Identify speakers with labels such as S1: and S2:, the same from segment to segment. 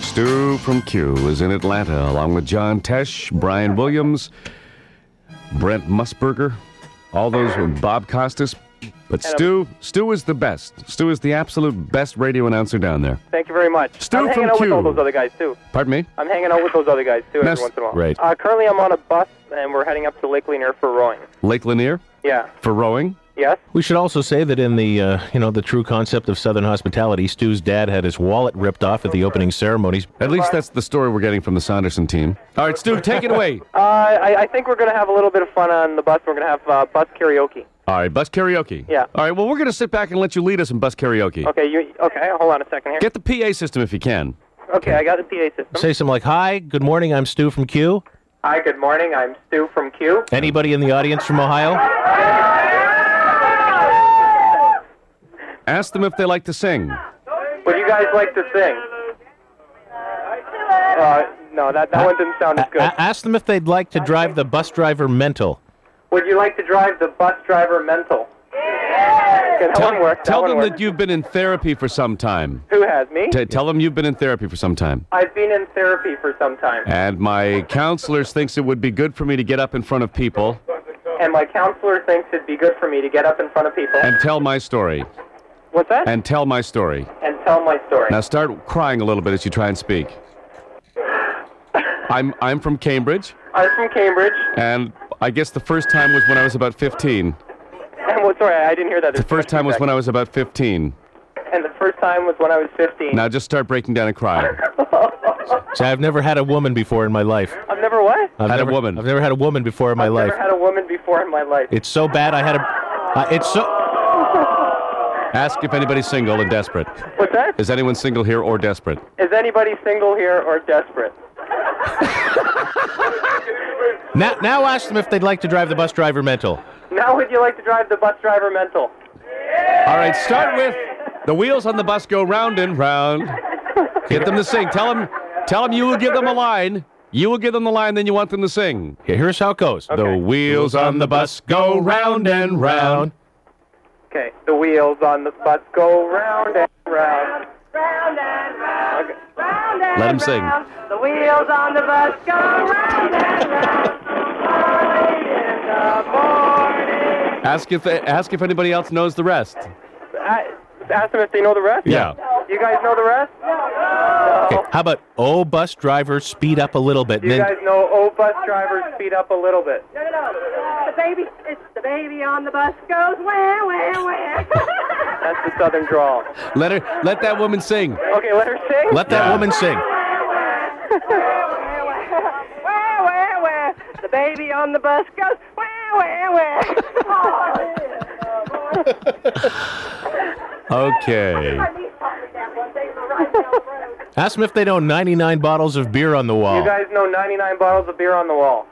S1: Stu from Q is in Atlanta along with John Tesh, Brian Williams, Brent Musburger, all those with Bob Costas. But Stu, Stu is the best. Stu is the absolute best radio announcer down there.
S2: Thank you very much.
S1: Stu
S2: I'm hanging
S1: from
S2: out with
S1: Q.
S2: all those other guys too.
S1: Pardon me?
S2: I'm hanging out with those other guys too
S1: That's
S2: every once in a while.
S1: great.
S2: Uh, currently, I'm on a bus and we're heading up to Lake Lanier for rowing.
S1: Lake Lanier
S2: Yeah.
S1: for rowing.
S2: Yes.
S3: We should also say that in the uh, you know the true concept of Southern hospitality, Stu's dad had his wallet ripped off at the opening ceremonies.
S1: At least that's the story we're getting from the Saunderson team. All right, Stu, take it away.
S2: Uh, I, I think we're gonna have a little bit of fun on the bus. We're gonna have uh, bus karaoke.
S1: All right, bus karaoke.
S2: Yeah.
S1: All right, well, we're going to sit back and let you lead us in bus karaoke.
S2: Okay. You okay? Hold on a second here.
S1: Get the PA system if you can.
S2: okay, I got the PA system.
S3: Say something like, "Hi, good morning. I'm Stu from Q."
S2: Hi. Good morning. I'm Stu from Q.
S3: Anybody in the audience from Ohio?
S1: Ask them if they like to sing.
S2: Would you guys like to sing? Uh, no, that that one didn't sound as
S3: A-
S1: Uh,
S2: good.
S3: ask them if they'd like to drive the bus driver mental.
S2: Would you like to drive the bus driver mental? Okay, that one worked.
S1: Tell
S2: that
S1: them
S2: one
S1: that
S2: worked.
S1: you've been in therapy for some time.
S2: Who has me?
S1: T- tell them you've been in therapy for some time.
S2: I've been in therapy for some time,
S1: And my counselors thinks it would be good for me to get up in front of people
S2: and my counselor thinks it'd be good for me to get up in front of people.
S1: and tell my story.
S2: What's that?
S1: And tell my story.
S2: And tell my story.
S1: Now start crying a little bit as you try and speak. I'm I'm from Cambridge,
S2: I'm from Cambridge,
S1: and I guess the first time was when I was about 15.
S2: and well, sorry, I didn't hear that.
S1: The first time was when I was about 15.
S2: And the first time was when I was 15.
S1: Now just start breaking down and crying.
S3: So I've never had a woman before in my life.
S2: I've never what?
S3: I've
S1: Had a
S3: never,
S1: woman.
S3: I've never had a woman before in my life.
S2: Never had a woman before in my life.
S3: it's so bad. I had a. Uh, it's so.
S1: Ask if anybody's single and desperate.
S2: What's that?
S1: Is anyone single here or desperate?
S2: Is anybody single here or desperate?
S3: Now, now ask them if they'd like to drive the bus driver mental.
S2: Now, would you like to drive the bus driver mental?
S1: All right, start with the wheels on the bus go round and round. Get them to sing. Tell them, tell them you will give them a line. You will give them the line, then you want them to sing.
S3: Okay, here's how it goes.
S1: The wheels on the bus go round and round.
S2: Okay. The wheels on the bus go round and round.
S4: Round and round,
S2: Okay.
S4: round and
S1: Let 'em sing.
S4: round. The wheels on the bus go round and round. Early in the morning.
S1: Ask if ask if anybody else knows the rest.
S2: I, ask them if they know the rest.
S1: Yeah.
S2: You guys know the rest?
S3: Okay, how about oh bus driver speed up a little bit?
S2: You
S3: and then
S2: guys know oh bus drivers speed up a little bit.
S4: No, no, no. The baby, it's the baby on the bus goes where, where, where.
S2: That's the southern drawl.
S1: Let her let that woman sing.
S2: Okay, let her sing.
S3: let that
S1: Yeah.
S3: woman sing.
S4: Where, where, where? The baby on the bus goes where, where, where. Oh,
S1: Okay.
S3: Ask them if they know 99 bottles of beer on the wall.
S2: you guys know 99 bottles of beer on the wall.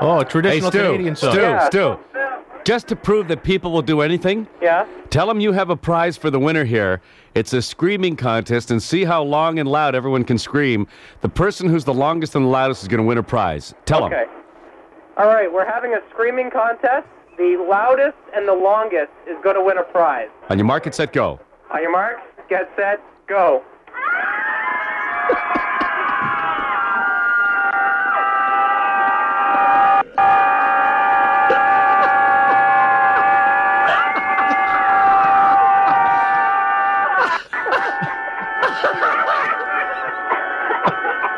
S3: oh, a
S1: Hey
S3: traditional
S1: Stu,
S3: Canadian song.
S1: Stu,
S2: Yeah.
S1: Stu. Just to prove that people will do anything,
S2: Yeah.
S1: tell them you have a prize for the winner here. It's a screaming contest, and see how long and loud everyone can scream. The person who's the longest and loudest is going to win a prize. Tell
S2: Okay.
S1: them.
S2: All right, we're having a screaming contest. The loudest and the longest is going to win a prize.
S1: On your market set, go.
S2: On your marks, get set, go.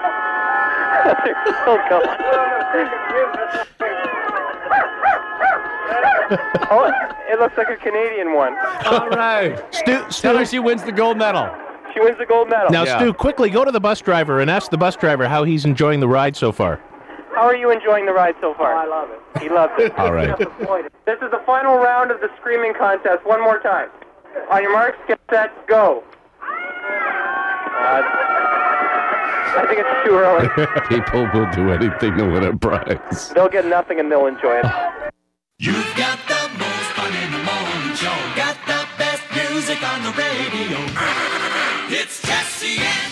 S2: They're still going. oh, it looks like a Canadian one.
S1: All right.
S3: Stu,
S1: Tell
S3: Stu.
S1: her she wins the gold medal.
S2: She wins the gold medal.
S3: Now,
S1: Yeah.
S3: Stu, quickly go to the bus driver and ask the bus driver how he's enjoying the ride so far.
S2: How are you enjoying the ride so far? Oh, I love it. He loves it.
S1: All right.
S2: This is the final round of the screaming contest. One more time. On your marks, get set, go.
S1: Ah!
S2: Uh, I think it's too early.
S1: People will do anything to win a prize.
S2: They'll get nothing and they'll enjoy it.
S5: You've got the most fun in the morning show. Got the best music on the radio. It's Jesse and